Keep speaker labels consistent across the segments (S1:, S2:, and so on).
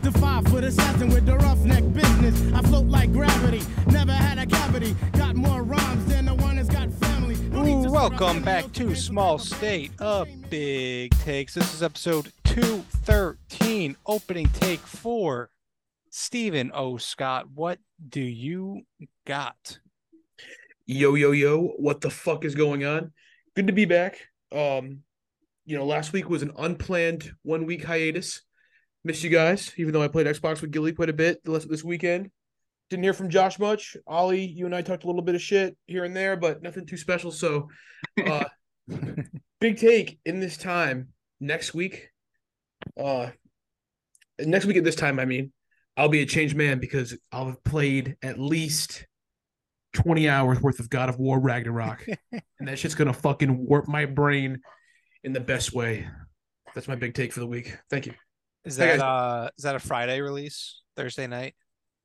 S1: Bigfoot assassin with the roughneck business. I float like gravity, never had a cavity. Got more rhymes than the one that's got family. No need to start a
S2: Welcome back
S1: family
S2: to
S1: business
S2: Small
S1: about the
S2: State
S1: business.
S2: of Big Takes. This is episode 213, opening take four. Stephen O. Scott, what do you got?
S3: Yo, yo, yo, what the fuck is going on? Good to be back. Um, you know, last week was an unplanned one week hiatus. Missed you guys, even though I played Xbox with Gilly quite a bit the last- this weekend. Didn't hear from Josh much. Ollie, you and I talked a little bit of shit here and there, but nothing too special. So, uh, big take in this time next week. Uh, next week at this time, I mean, I'll be a changed man because I'll have played at least 20 hours worth of God of War Ragnarok. and that shit's gonna fucking warp my brain in the best way. That's my big take for the week. Thank you.
S2: Is
S3: Hey,
S2: that uh is that a Friday release? Thursday night?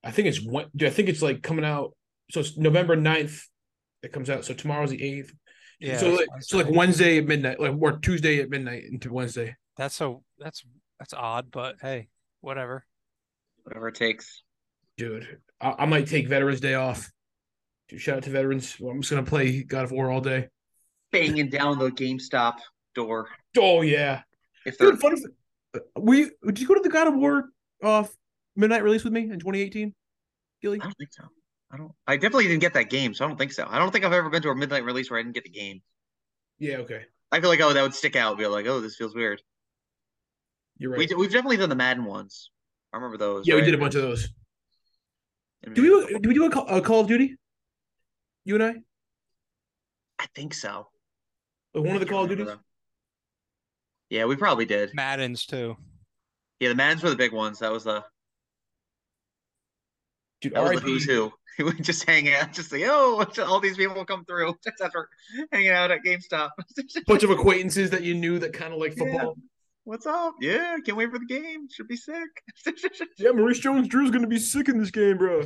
S3: I think it's one dude, I think it's like coming out so it's November 9th it comes out. So tomorrow's the eighth.
S2: Yeah.
S3: so
S2: it's
S3: like, so like
S2: Wednesday.
S3: Wednesday at midnight, like or Tuesday at midnight into Wednesday.
S2: that's so that's that's odd, but hey, whatever.
S4: whatever it takes.
S3: Dude, I, I might take Veterans Day off. Dude, shout out to veterans. I'm just gonna play God of War all day.
S4: Banging down the GameStop door.
S3: Oh yeah.
S4: If they're
S3: Dude, fun f- were you did you go to the God of War uh midnight release with me in 2018? Gilly?
S4: I don't think so. I don't I definitely didn't get that game, so I don't think so. I don't think I've ever been to a midnight release where I didn't get the game.
S3: Yeah, okay.
S4: I feel like oh that would stick out, be like, oh this feels weird.
S3: You're
S4: We We we've definitely done the Madden ones. I remember those.
S3: Yeah, we
S4: right? Mm.
S3: did a bunch of those.
S4: And
S3: Do
S4: maybe-
S3: we do we do a call, a call of Duty? You and I,
S4: I think so.
S3: Like one of the
S4: I
S3: Call of
S4: remember
S3: Duties.
S4: them. Yeah, we probably did.
S2: Madden's too.
S4: Yeah, the Maddens were the big ones. That was the
S3: Dude,
S4: that was the
S3: RIP.
S4: who's who. We just hang out, just like, oh, all these people come through just after hanging out at GameStop.
S3: bunch of acquaintances that you knew that kind of like
S4: Yeah.
S3: football.
S4: What's up? Yeah, can't wait for the game. Should be sick.
S3: Yeah, Maurice Jones-Drew's gonna be sick in this game, bro.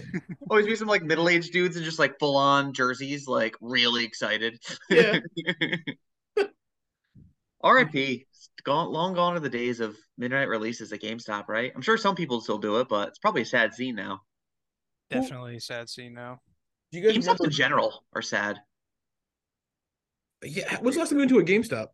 S4: Always be some like middle aged dudes and just like full on jerseys, like really excited.
S3: Yeah.
S4: R.I.P. It's Gone, long gone are the days of midnight releases at GameStop, right? I'm sure some people still do it, but it's probably a sad scene now.
S3: Well-
S2: Definitely sad scene now.
S3: Do you guys
S4: GameStops
S3: remember?
S4: in general are sad.
S3: Yeah, when's the last time you went to a GameStop?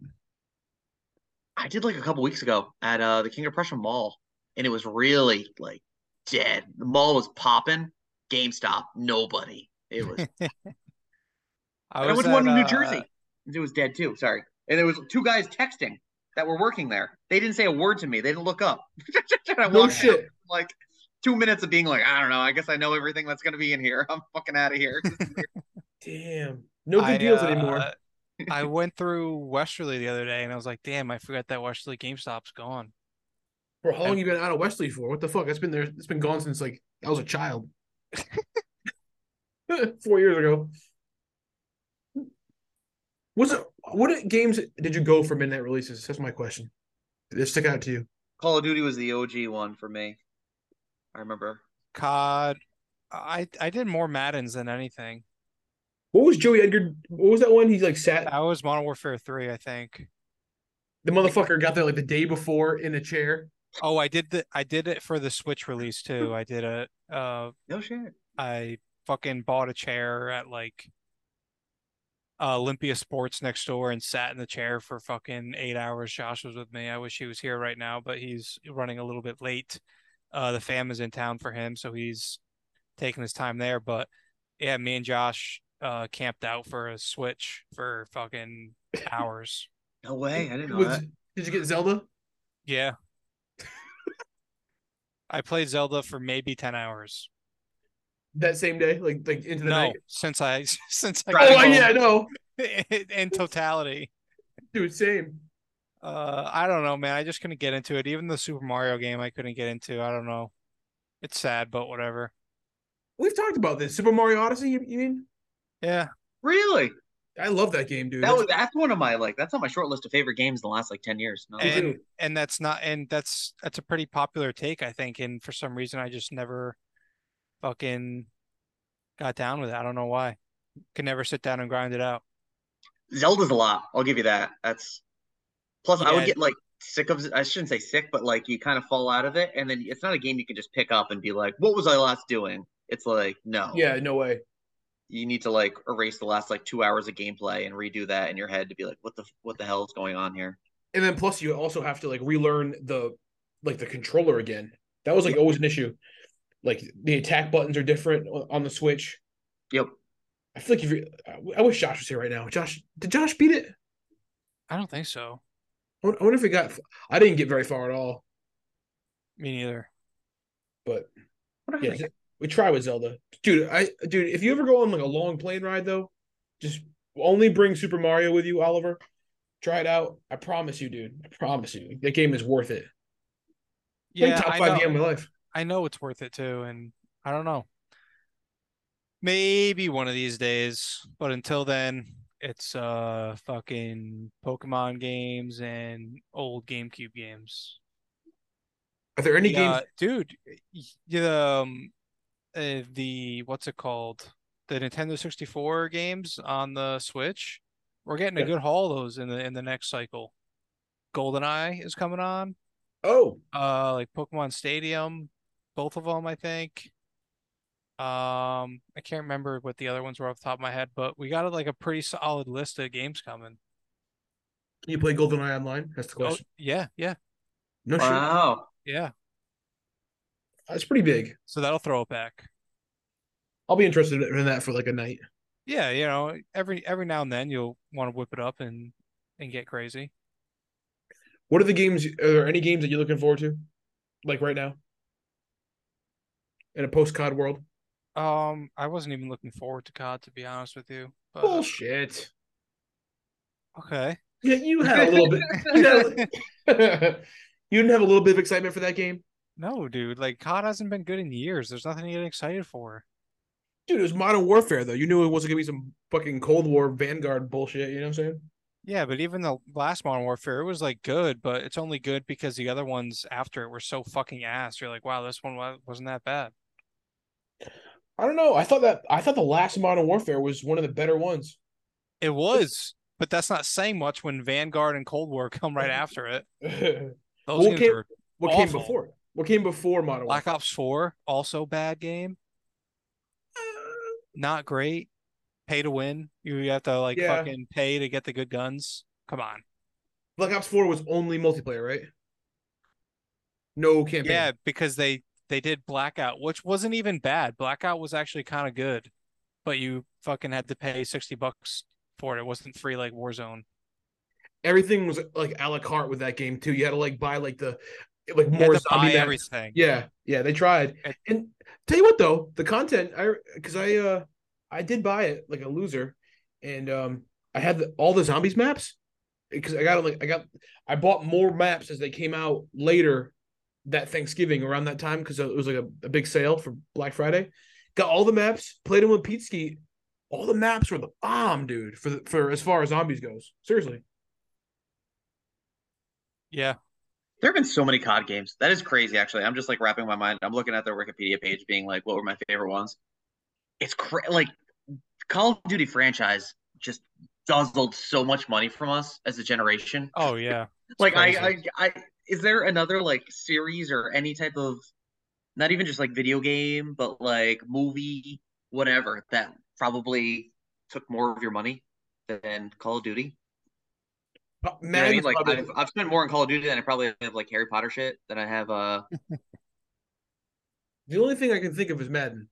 S4: I did like a couple weeks ago at uh the King of Prussia Mall, and it was really like dead. The mall was popping. GameStop, nobody. It was
S2: I
S4: And I
S2: was
S4: went to one in
S2: at,
S4: New
S2: uh,
S4: Jersey. It was dead too. Sorry. And there was two guys texting that were working there. They didn't say a word to me. They didn't look up. And I
S3: No
S4: walked out,
S3: shit.
S4: like two minutes of being like, I don't know. I guess I know everything that's gonna be in here. I'm fucking out of here.
S3: Damn, no good
S2: I,
S3: deals
S2: uh,
S3: anymore.
S2: I went through Westerly the other day and I was like, damn, I forgot that Westerly GameStop's gone.
S3: For how long you been out of Wesley for? What the fuck? That's been there. It's been gone since like I was a child. Four years ago. Was it? What games did you go for midnight releases? That's my question. Did they stick out to you?
S4: Call of Duty was the OG one for me. I remember.
S2: COD. I I did more Maddens than anything.
S3: What was Joey Edgar? What was that one? He like sat.
S2: That was Modern Warfare 3, I think.
S3: The motherfucker got there like the day before in a chair.
S2: Oh, I did the I did it for the Switch release too. I did a uh
S4: No shit.
S2: I fucking bought a chair at like uh, Olympia Sports next door and sat in the chair for fucking eight hours. Josh was with me. I wish he was here right now, but he's running a little bit late. Uh, the fam is in town for him, so he's taking his time there. But yeah, me and Josh uh, camped out for a switch for fucking hours.
S4: No way. I didn't know
S3: Was-
S4: that.
S3: Did you get Zelda?
S2: yeah. I played Zelda for maybe ten hours.
S3: that same day, like like into the
S2: no,
S3: night.
S2: since I since I
S4: Right.
S3: Oh
S2: got
S3: I-
S4: Well-
S3: yeah, no,
S2: in, in totality.
S3: dude, same.
S2: Uh, I don't know, man. I just couldn't get into it. Even the Super Mario game, I couldn't get into. I don't know. It's sad, but whatever.
S3: We've talked about this Super Mario Odyssey. You, you mean?
S2: Yeah,
S4: Really?
S3: I love that game, dude.
S4: That was that's one of my like that's on my short list of favorite games in the last like ten years. No,
S3: That's-
S2: and-
S3: dude,
S2: and that's not, and that's that's a pretty popular take, I think. And for some reason, I just never fucking got down with it. I don't know why. Could never sit down and grind it out.
S4: Zelda's a lot. I'll give you that. That's plus I
S2: Yeah.
S4: would get like sick of I shouldn't say sick, but like you kind of fall out of it, and then it's not a game you can just pick up and be like, "What was I last doing?" It's like no,
S3: Yeah, no way.
S4: you need to like erase the last like two hours of gameplay and redo that in your head to be like, "What the what the hell is going on here?"
S3: And then plus you also have to like relearn the like the controller again. That was like always an issue. Like the attack buttons are different o- on the Switch.
S4: Yep.
S3: I feel like if you, I- I wish Josh was here right now. Josh, did Josh beat it?
S2: I don't think so.
S3: I wonder- I wonder if it got. I didn't get very far at all,
S2: Me neither.
S3: but
S4: What
S3: yeah, we try with Zelda, dude. I dude, if you ever go on like a long plane ride though, just only bring Super Mario with you, Oliver. Try it out. I promise you, dude. I promise you, that game is worth it. Like,
S2: Yeah,
S3: top
S2: I
S3: five
S2: know,
S3: game of my life.
S2: I know it's worth it too, and I don't know. Maybe one of these days, but until then, it's uh fucking Pokemon games and old GameCube games.
S3: Are there any
S2: Yeah,
S3: games?
S2: dude, y- y- um, uh, the what's it called? The Nintendo 64 games on the Switch. We're getting a
S3: Yeah.
S2: good haul of those in the in the next cycle. GoldenEye is coming on.
S3: Oh,
S2: uh like Pokemon Stadium, both of them I think. Um, I can't remember what the other ones were off the top of my head, but we got like a pretty solid list of games coming.
S3: you play GoldenEye online? That's the
S2: Oh,
S3: question.
S2: yeah, yeah,
S3: No, shit.
S4: Wow.
S2: yeah.
S3: that's pretty big.
S2: So that'll throw it back.
S3: I'll be interested in that for like a night.
S2: Yeah, you know, every every now and then you'll want to whip it up and and get crazy.
S3: What are the games? Are there any games that you're looking forward to, like right now, in a post COD world?
S2: Um, I wasn't even looking forward to COD to be honest with you, but
S3: Bullshit.
S2: okay.
S3: Yeah, you had a little bit. You, had a- You didn't have a little bit of excitement for that game,
S2: No, dude, like COD hasn't been good in years. There's nothing to get excited for.
S3: dude. It was Modern Warfare though. You knew it wasn't gonna be some fucking Cold War Vanguard bullshit. You know what I'm saying?
S2: Yeah, but even the last Modern Warfare, it was like good, but it's only good because the other ones after it were so fucking ass. You're like, wow, this one wa- wasn't that bad.
S3: I don't know. I thought that I thought the last Modern Warfare was one of the better ones.
S2: It was, but that's not saying much when Vanguard and Cold War come right after it.
S3: what
S2: Those
S3: Well,
S2: games
S3: okay,
S2: were
S3: came
S2: Awful.
S3: before? What came before Modern
S2: Black
S3: Warfare?
S2: Ops 4, also bad game, not great. Pay to win. You have to like
S3: Yeah.
S2: fucking pay to get the good guns. Come on.
S3: Black Ops Four was only multiplayer, right? No campaign.
S2: Yeah, because they they did Blackout, which wasn't even bad. Blackout was actually kind of good, but you fucking had to pay 60 bucks for it. It wasn't free like Warzone.
S3: everything was like a la carte with that game too. You had to like buy like the like
S2: You had
S3: more
S2: to buy
S3: zombie maps.
S2: everything.
S3: Yeah, yeah, they tried.
S2: It-
S3: And tell you what though, the content I because I uh I did buy it like a loser, and um I had the, all the zombies maps because I got like I got I bought more maps as they came out later that Thanksgiving around that time because it was like a, a big sale for Black Friday. Got all the maps, played them with Pete Skeet. All the maps were the bomb, dude. For the, for as far as zombies goes, seriously.
S2: Yeah.
S4: There have been so many COD games. That is crazy, actually. I'm just like wrapping my mind. I'm looking at their Wikipedia page, being like, what were my favorite ones? It's cra- like Call of Duty franchise just guzzled so much money from us as a generation.
S2: Oh yeah. It's
S4: like I, I
S2: crazy.
S4: I is there another like series or any type of not even just like video game but like movie whatever that probably took more of your money than Call of Duty?
S3: Uh,
S4: You know what I
S3: Madden's
S4: mean? Like
S3: probably-
S4: I've, I've spent more on Call of Duty than I probably have like Harry Potter shit than I have uh
S3: the only thing I can think of is Madden.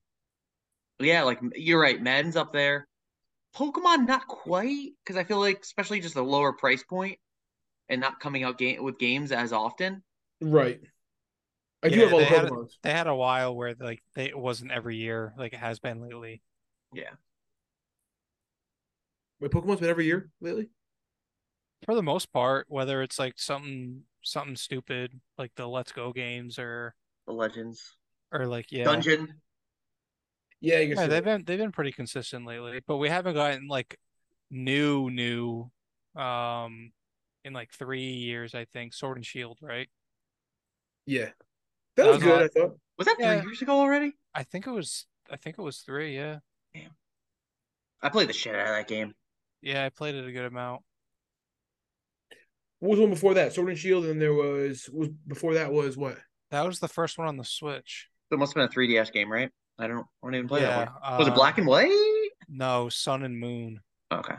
S4: yeah like you're right Madden's up there. Pokemon not quite because I feel like especially just the lower price point and not coming out game with games as often.
S3: Right. I do
S2: Yeah,
S3: have all the
S2: they had a-
S3: Pokemons.
S2: They had a while where like they it wasn't every year like it has been lately.
S3: Wait, Pokemon's been every year lately?
S2: For the most part, whether it's like something something stupid like the Let's Go games or
S4: The Legends
S2: or like yeah.
S4: Dungeon.
S3: Yeah, I guess
S2: Yeah,
S3: you're
S2: they've
S3: right.
S2: been they've been pretty consistent lately, but we haven't gotten like new new um in like three years, I think. Sword and Shield, right?
S3: Yeah.
S2: That
S3: That was
S2: was
S3: good,
S2: all-
S3: I thought.
S4: Was that three
S2: Yeah.
S4: years ago already?
S2: I think it was I think it was three, yeah.
S4: I played the shit out of that game.
S2: Yeah, I played it a good amount.
S3: What was the one before that? Sword and Shield, and then there was was before that was what?
S2: That was the first one on the Switch.
S4: It must have been a 3DS game, right? I don't, I don't even play that
S2: yeah.
S4: one. Was
S2: uh,
S4: it black and white?
S2: No, Sun and Moon.
S4: Okay.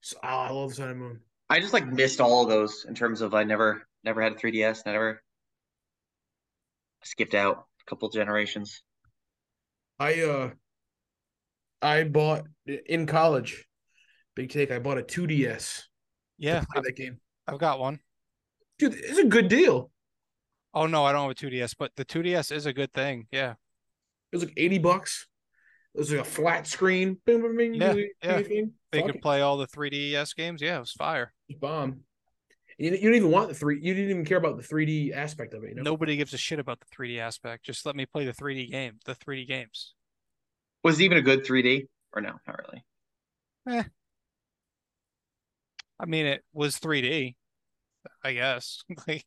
S3: So, oh, I love Sun and Moon.
S4: I just like missed all of those in terms of I never never had a 3DS, never skipped out a couple generations.
S3: I uh, I bought in college. Big take. I bought a 2DS.
S2: Yeah,
S3: to play that game,
S2: I've got one.
S3: dude. It's a good deal.
S2: Oh no, I don't have a 2DS, but the 2DS is a good thing. Yeah,
S3: It was like eighty bucks. It was like a flat screen. Bing, bing, bing,
S2: Yeah,
S3: do the- do
S2: yeah.
S3: the thing.
S2: they
S3: Fuck
S2: could
S3: it.
S2: play all the 3DS games. Yeah, it was fire.
S3: Just bomb. You, you don't even want the three. You didn't even care about the 3D aspect of it. You know?
S2: Nobody gives a shit about the 3D aspect. Just let me play the 3D game, the 3D games.
S4: Was it even a good 3D or no? Not really.
S2: I mean, it was 3D, I guess. Like,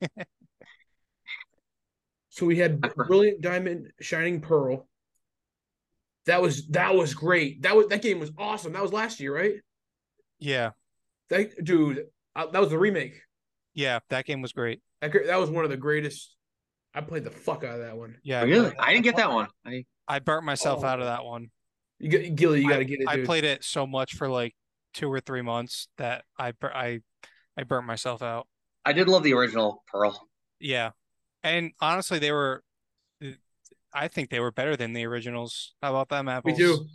S3: So we had
S2: Uh-huh.
S3: brilliant diamond, shining pearl. That was that was great. That was that game was awesome. That was last year, right?
S2: yeah,
S3: That dude, I, that was the remake.
S2: yeah, that game was great.
S3: That gr- that was one of the greatest. I played the fuck out of that one.
S2: Yeah, I
S4: Oh, really?
S2: played-
S4: I didn't get that one. I
S2: I burnt myself
S3: Oh.
S2: out of that one.
S3: You got Gilly, you got to get it.
S2: I
S3: dude.
S2: played it so much for like two or three months that I bur- I I burnt myself out.
S4: I did love the original Pearl.
S2: Yeah, and honestly, they were. I think they were better than the originals. How about them
S3: We
S2: apples?
S3: do.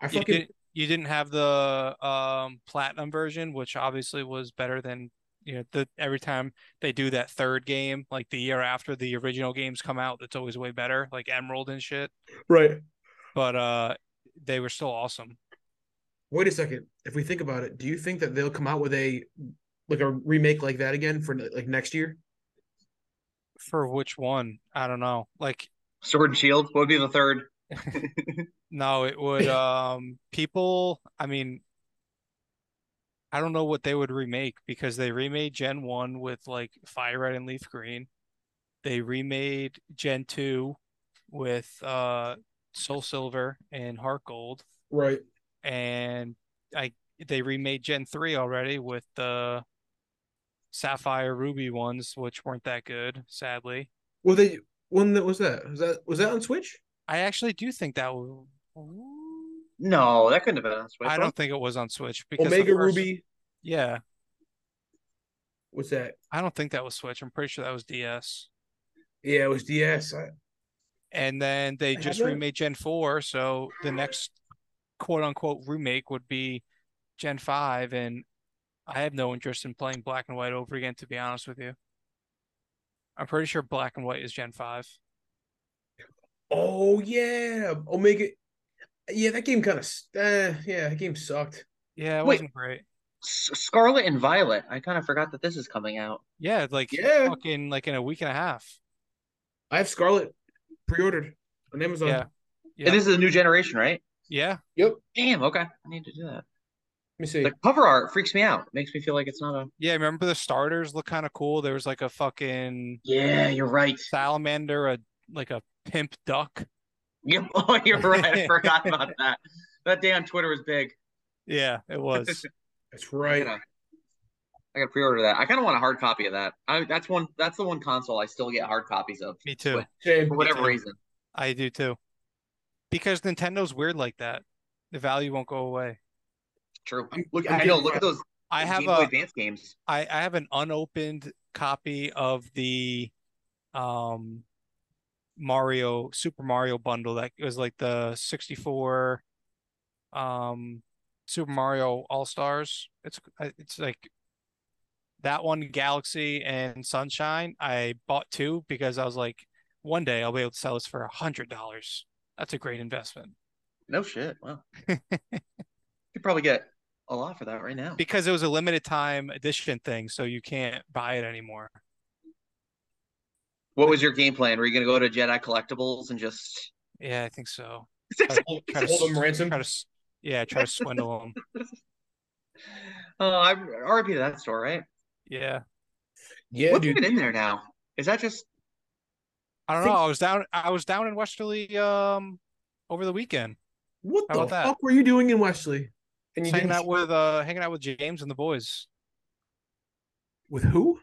S3: I
S2: You
S3: fucking
S2: didn't, you didn't have the um platinum version, which obviously was better than you know the every time they do that third game, like the year after the original games come out, that's always way better, like Emerald and shit.
S3: right.
S2: But uh, they were still awesome.
S3: Wait a second. If we think about it, do you think that they'll come out with a like a remake like that again for like next year?
S2: For which one? I don't know. Like
S4: Sword and Shield. What would be the third?
S2: No, it would um people, I mean I don't know what they would remake because they remade Gen 1 with like Fire Red and Leaf Green. They remade Gen 2 with uh Soul Silver and Heart Gold
S3: Right.
S2: and I they remade Gen 3 already with the Sapphire Ruby ones which weren't that good, sadly.
S3: Well, they when that was that was that was that on Switch?
S2: I actually do think that w
S4: No, that couldn't have been on Switch.
S2: I
S4: was
S2: don't
S4: it?
S2: think it was on Switch because the
S3: Omega
S2: first-
S3: Ruby.
S2: Yeah.
S3: What's that?
S2: I don't think that was Switch. I'm pretty sure that was DS.
S3: Yeah, it was DS. I,
S2: And then they
S3: I
S2: just
S3: haven't-
S2: remade Gen 4, so the next quote unquote remake would be Gen 5 and I have no interest in playing Black and White over again to be honest with you. I'm pretty sure Black and White is Gen 5.
S3: oh yeah, Omega. Yeah, that game kind of. Uh, yeah, that game sucked.
S2: Yeah, it
S4: Wait.
S2: wasn't great.
S4: S- Scarlet and Violet. I kind of forgot that this is coming out.
S2: Yeah, it's like
S3: Yeah,
S2: fucking like in a week and a half.
S3: I have Scarlet pre-ordered on Amazon.
S2: Yeah.
S3: Let
S2: Yeah.
S4: And this is a new generation, right?
S2: Yeah.
S4: Damn. Okay. I need to do that.
S3: me see.
S4: The cover art freaks me out. makes me feel like it's not a.
S2: Yeah, remember the starters look kind of cool. There was like a fucking
S4: Yeah, you're right.
S2: salamander, a like a pimp duck.
S4: Yep. Oh, you're right. I forgot about that. That day on Twitter was big.
S2: Yeah, it was.
S3: That's
S4: I
S3: right.
S4: gotta, I gotta pre-order that. I kind of want a hard copy of that. I, that's one. That's the one console I still get hard copies of
S2: Me too.
S3: Shame.
S4: for whatever
S2: too.
S4: reason.
S2: I do too. Because Nintendo's weird like that. The value won't go away.
S4: True.
S3: I'm-
S4: Look,
S3: I'm
S4: I know.
S3: getting-
S4: Look at those.
S2: I have
S4: Game Boy
S2: a
S4: Advance games.
S2: I, I have an unopened copy of the um Mario Super Mario bundle that it was like the 64 um Super Mario All-Stars. It's I- it's like that one Galaxy and Sunshine. I bought two because I was like one day I'll be able to sell this for a hundred dollars. That's a great investment.
S4: No shit. Wow. you could probably get a lot for that right now.
S2: because it was a limited time edition thing, so you can't buy it anymore.
S4: What was your game plan? Were you gonna go to Jedi Collectibles and just?
S2: Yeah, I think so.
S3: Hold,
S2: Try to,
S3: hold them ransom.
S2: try to s- yeah, try to swindle them.
S4: Oh, I RIP to that store, right?
S2: Yeah,
S3: Yeah,
S4: What's
S3: dude.
S4: even in there now? Is that just?
S2: I don't know. I was down. I was down in Westerly um over the weekend,
S3: What
S2: How
S3: the
S2: about that?
S3: fuck were you doing in Wesley? And you
S2: hanging
S3: didn't
S2: out with uh hanging out with James and the boys.
S3: With who?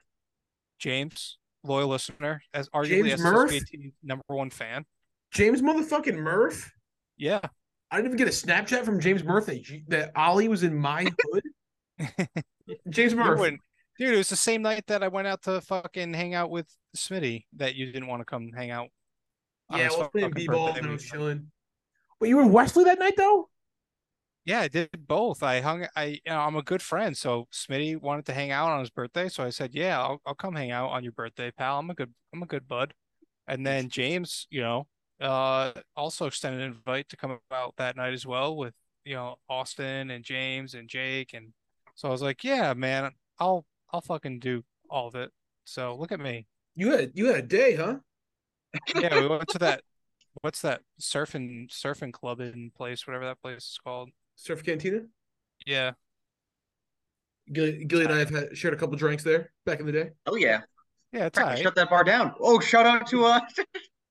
S2: James, loyal listener, as arguably
S3: James Murph?
S2: SSBT number one fan.
S3: James motherfucking Murph.
S2: Yeah,
S3: I didn't even get a Snapchat from James Murph that, G- that Ollie was in my hood. James
S2: You
S3: Murph.
S2: wouldn't- dude, it was the same night that I went out to fucking hang out with Smitty that you didn't want to come hang out. on
S3: Yeah,
S2: his
S3: I was playing
S2: fucking
S3: b ball
S2: birthday
S3: and I was
S2: weekend.
S3: chilling. Wait, you were in Wesley that night though?
S2: Yeah, I did both. I hung. I you know, I'm a good friend, so Smitty wanted to hang out on his birthday, so I said, "Yeah, I'll I'll come hang out on your birthday, pal. I'm a good I'm a good bud." And then James, you know, uh, also extended an invite to come out that night as well with you know Austin and James and Jake, and so I was like, "Yeah, man, I'll I'll fucking do all of it." So look at me.
S3: You had you had a day, huh?
S2: Yeah, we went to that. What's that surfing surfing club in place, whatever that place is called.
S3: Surf Cantina.
S2: Yeah.
S3: Gilly, Gilly and I have had, shared a couple drinks there back in the day.
S4: Oh yeah,
S2: Yeah, it's all
S4: Crap,
S2: right.
S4: shut that bar down. Oh, shout out to uh,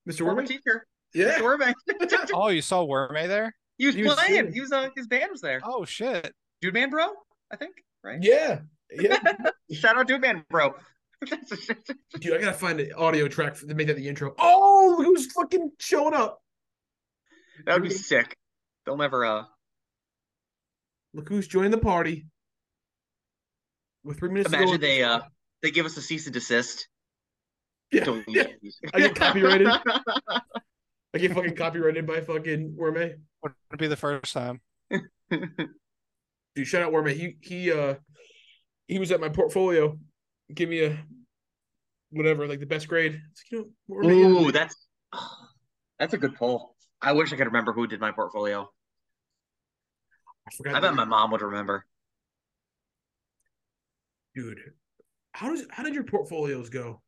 S3: Mr.
S4: former
S3: Worman.
S4: teacher,
S3: Yeah.
S4: Mr. Werbeck.
S2: Oh, you saw Wormay there?
S4: he was
S3: He was
S4: playing.
S3: there.
S4: He was uh, his band was there.
S2: Oh shit.
S4: Dude Man Bro, I think. Right.
S3: Yeah. Yeah.
S4: Shout out Dude Man Bro.
S3: Dude, I gotta find an audio track for, to make that the intro. Oh, look who's fucking showing up.
S4: that would be sick. They'll never uh.
S3: Look who's joining the party. With three minutes to go.
S4: Imagine they uh they give us a cease and desist.
S3: Yeah,
S4: Delete.
S3: yeah. I get copyrighted. I get fucking copyrighted by fucking Worme.
S2: Wouldn't it be the first time.
S3: Dude, shout out Worme. He he uh he was at my portfolio. Give me a whatever, like the best grade. It's like, you know, Worme, yeah.
S4: Ooh, that's that's a good poll. I wish I could remember who did my portfolio.
S3: I
S4: I
S3: forgot.
S4: bet my mom would remember.
S3: Dude, how does how did your portfolios go?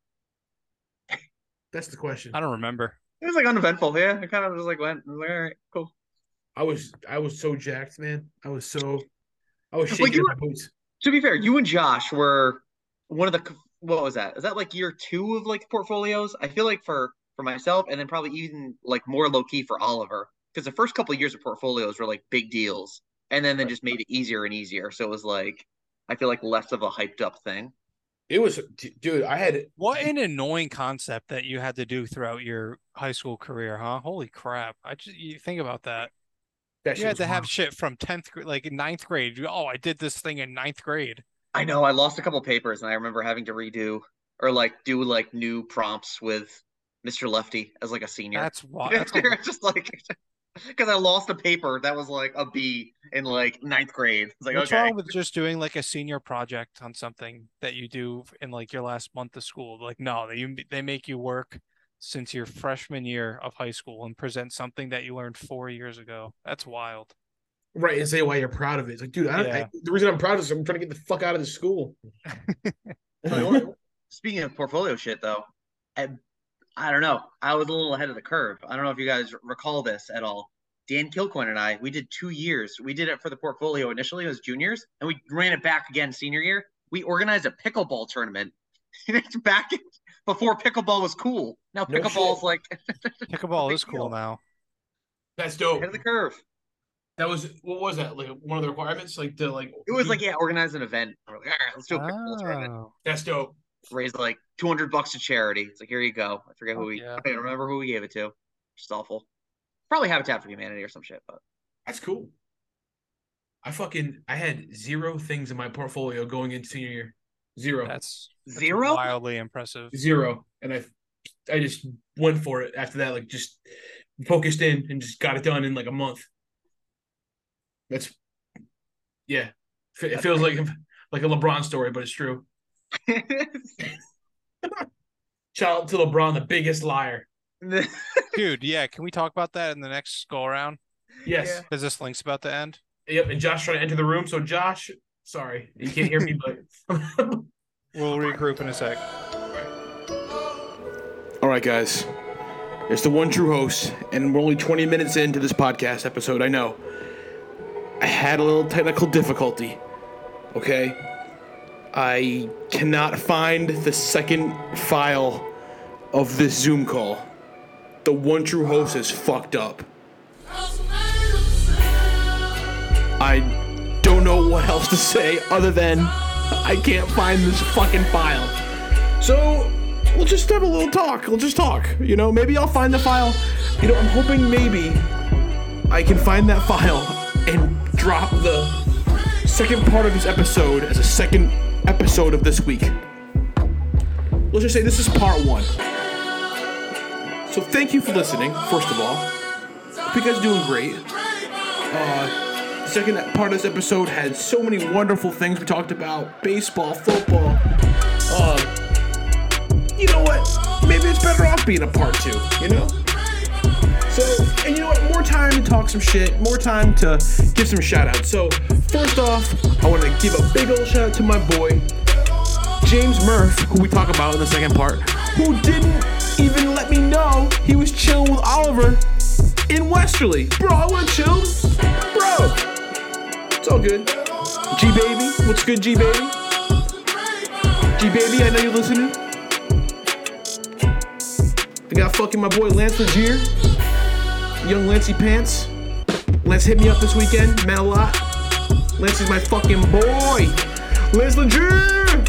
S3: That's the question.
S2: I don't remember.
S4: It was like uneventful. Yeah, I kind of just like went. I was like, all right, cool.
S3: I was I was so jacked, man. I was so I was
S4: Well,
S3: shaking
S4: you
S3: in
S4: were-
S3: my boots.
S4: To be fair, you and Josh were one of the. What was that? Is that like year two of like portfolios? I feel like for for myself, and then probably even like more low key for Oliver, because the first couple of years of portfolios were like big deals, and then they just made it easier and easier. So it was like I feel like less of a hyped up thing.
S3: It was d- dude, I had
S2: What an annoying concept that you had to do throughout your high school career, huh? Holy crap. I just you think about that.
S3: that
S2: you had
S3: was
S2: to have
S3: wild.
S2: shit from tenth grade like ninth grade. You- Oh, I did this thing in ninth grade.
S4: I know I lost a couple papers and I remember having to redo or like do like new prompts with Mr. Lefty as like a senior.
S2: That's why that's a-
S4: It's just like because I lost a paper that was like a B in like ninth grade. It's like
S2: what's
S4: okay,
S2: wrong with just doing like a senior project on something that you do in like your last month of school? Like, no, they you- they make you work since your freshman year of high school and present something that you learned four years ago. That's wild.
S3: right and say why you're proud of it. It's like, dude, I, don't I,
S2: Yeah.
S3: the reason I'm proud is I'm trying to get the fuck out of the school.
S4: Speaking of portfolio shit, though, I, I don't know. I was a little ahead of the curve. I don't know if you guys recall this at all. Dan Kilcoin and I, we did two years. We did it for the portfolio initially as juniors, and we ran it back again senior year. We organized a pickleball tournament. it's back before pickleball was cool. Now
S3: No
S4: pickleball's
S3: shit.
S4: like
S2: Pickleball
S4: big
S2: is cool
S4: deal.
S2: now.
S3: That's dope.
S4: ahead of the curve.
S3: That was what was that? Like one of the requirements? Like to like
S4: It was like yeah, organize an event. We're like, all right, let's do a
S3: Ah.
S4: pickleball tournament.
S2: Oh.
S3: that's dope.
S4: Raise like two hundred bucks to charity. It's like here you go. I forget who
S2: Fuck
S4: we.
S2: yeah.
S4: I don't remember who we gave it to. Just awful. Probably Habitat for Humanity or some shit, but.
S3: That's cool. I fucking I had zero things in my portfolio going into senior year. Zero.
S2: That's, that's
S4: Zero?
S2: wildly impressive.
S3: zero and i i just went for it after that like just focused in and just got it done in like a month that's yeah Fe- it feels like like a lebron story but it's true shout out to lebron the biggest liar
S2: Dude, yeah, can we talk about that in the next go around?
S3: yes
S2: Because this link's about to end.
S3: yep and josh trying to enter the room so josh sorry you can't hear me but
S2: We'll regroup in a sec.
S3: All right, guys. It's the one true host, and we're only 20 minutes into this podcast episode. I know. I had a little technical difficulty. Okay? I cannot find the second file of this Zoom call. The one true host is fucked up. I don't know what else to say other than I can't find this fucking file. So we'll just have a little talk. We'll just talk. You know, maybe I'll find the file. You know, I'm hoping maybe I can find that file and drop the second part of this episode as a second episode of this week. Let's just say this is part one. So thank you for listening, first of all. Hope you guys are doing great. Uh, second part of this episode had so many wonderful things we talked about baseball, football. Uh, you know what? Maybe it's better off being a part two, you know? So, and you know what? More time to talk some shit, more time to give some shout outs. So, first off, I want to give a big old shout out to my boy, James Murph, who we talk about in the second part, who didn't even let me know he was chilling with Oliver in Westerly. Bro, I want to chill. Bro, it's all good. G Baby, what's good, G Baby? G Baby, I know you're listening. I got fucking my boy Lance Legier, young Lancey Pants. Lance hit me up this weekend, met a lot. Lance is my fucking boy. Lance Legier!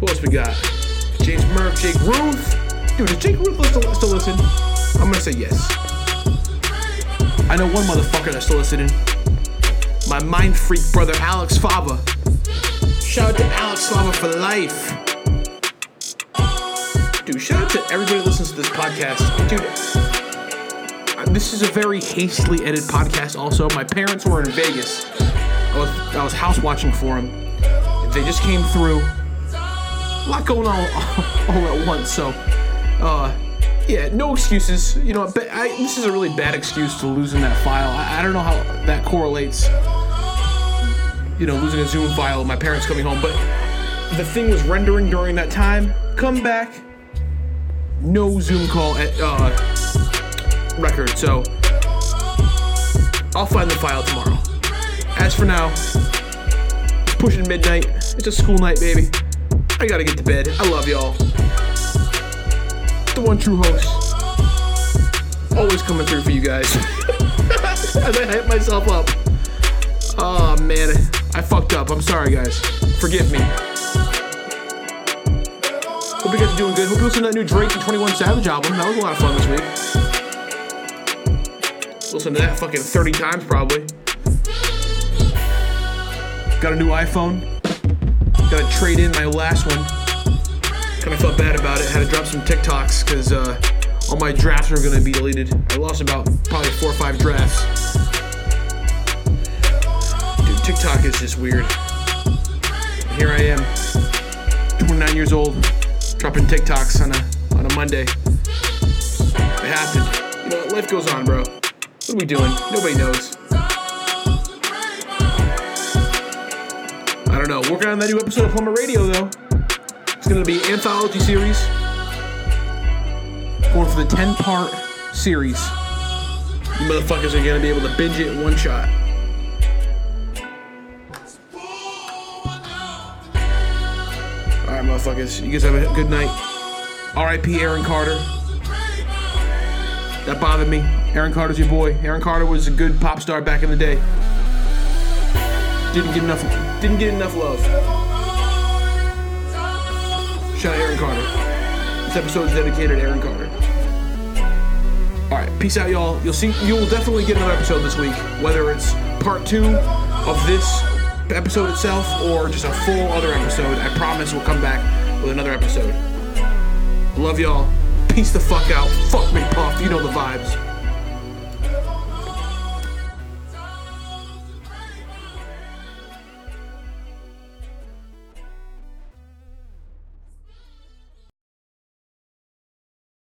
S3: Who else we got? James Murph, Jake Ruth. Dude, does Jake Ruth still, still listen? I'm gonna say yes. I know one motherfucker that's still listening. My mind freak brother, Alex Fava. Shout out to Alex Fava for life. Dude, shout out to everybody that listens to this podcast. Dude, uh, this is a very hastily edited podcast, also. My parents were in Vegas. I was, I was house watching for them. They just came through a lot going on all at once. So, uh, yeah, no excuses. You know, but I, this is a really bad excuse to losing that file. I, I don't know how that correlates. You know, losing a Zoom file, my parents coming home, but the thing was rendering during that time. Come back, no Zoom call at uh, record. So I'll find the file tomorrow. As for now, it's pushing midnight. It's a school night, baby. I gotta get to bed. I love y'all. The one true host. Always coming through for you guys. As I hype myself up. Oh man, I fucked up. I'm sorry guys. Forgive me. Hope you guys are doing good. Hope you listen to that new Drake and 21 Savage album. That was a lot of fun this week. Listen to that fucking 30 times probably. Got a new iPhone. Gotta trade in my last one. Kinda felt bad about it. Had to drop some TikToks because uh, all my drafts are gonna be deleted. I lost about probably four or five drafts. Dude, TikTok is just weird. And here I am, 29 years old, dropping TikToks on a on a Monday. It happened. You know, what? life goes on, bro. What are we doing? Nobody knows. I don't know. Working on that new episode of Plumber Radio, though. It's going to be an anthology series. Going for the 10 part series. You motherfuckers are going to be able to binge it in one shot. Alright, motherfuckers. You guys have a good night. RIP Aaron Carter. That bothered me. Aaron Carter's your boy. Aaron Carter was a good pop star back in the day didn't get enough didn't get enough love. Shout out Aaron Carter. This episode is dedicated to Aaron Carter. All right, peace out, y'all. You'll see. You will definitely get another episode this week, whether it's part two of this episode itself or just a full other episode. I promise we'll come back with another episode. Love y'all. Peace the fuck out. Fuck me, Puff. You know the vibes.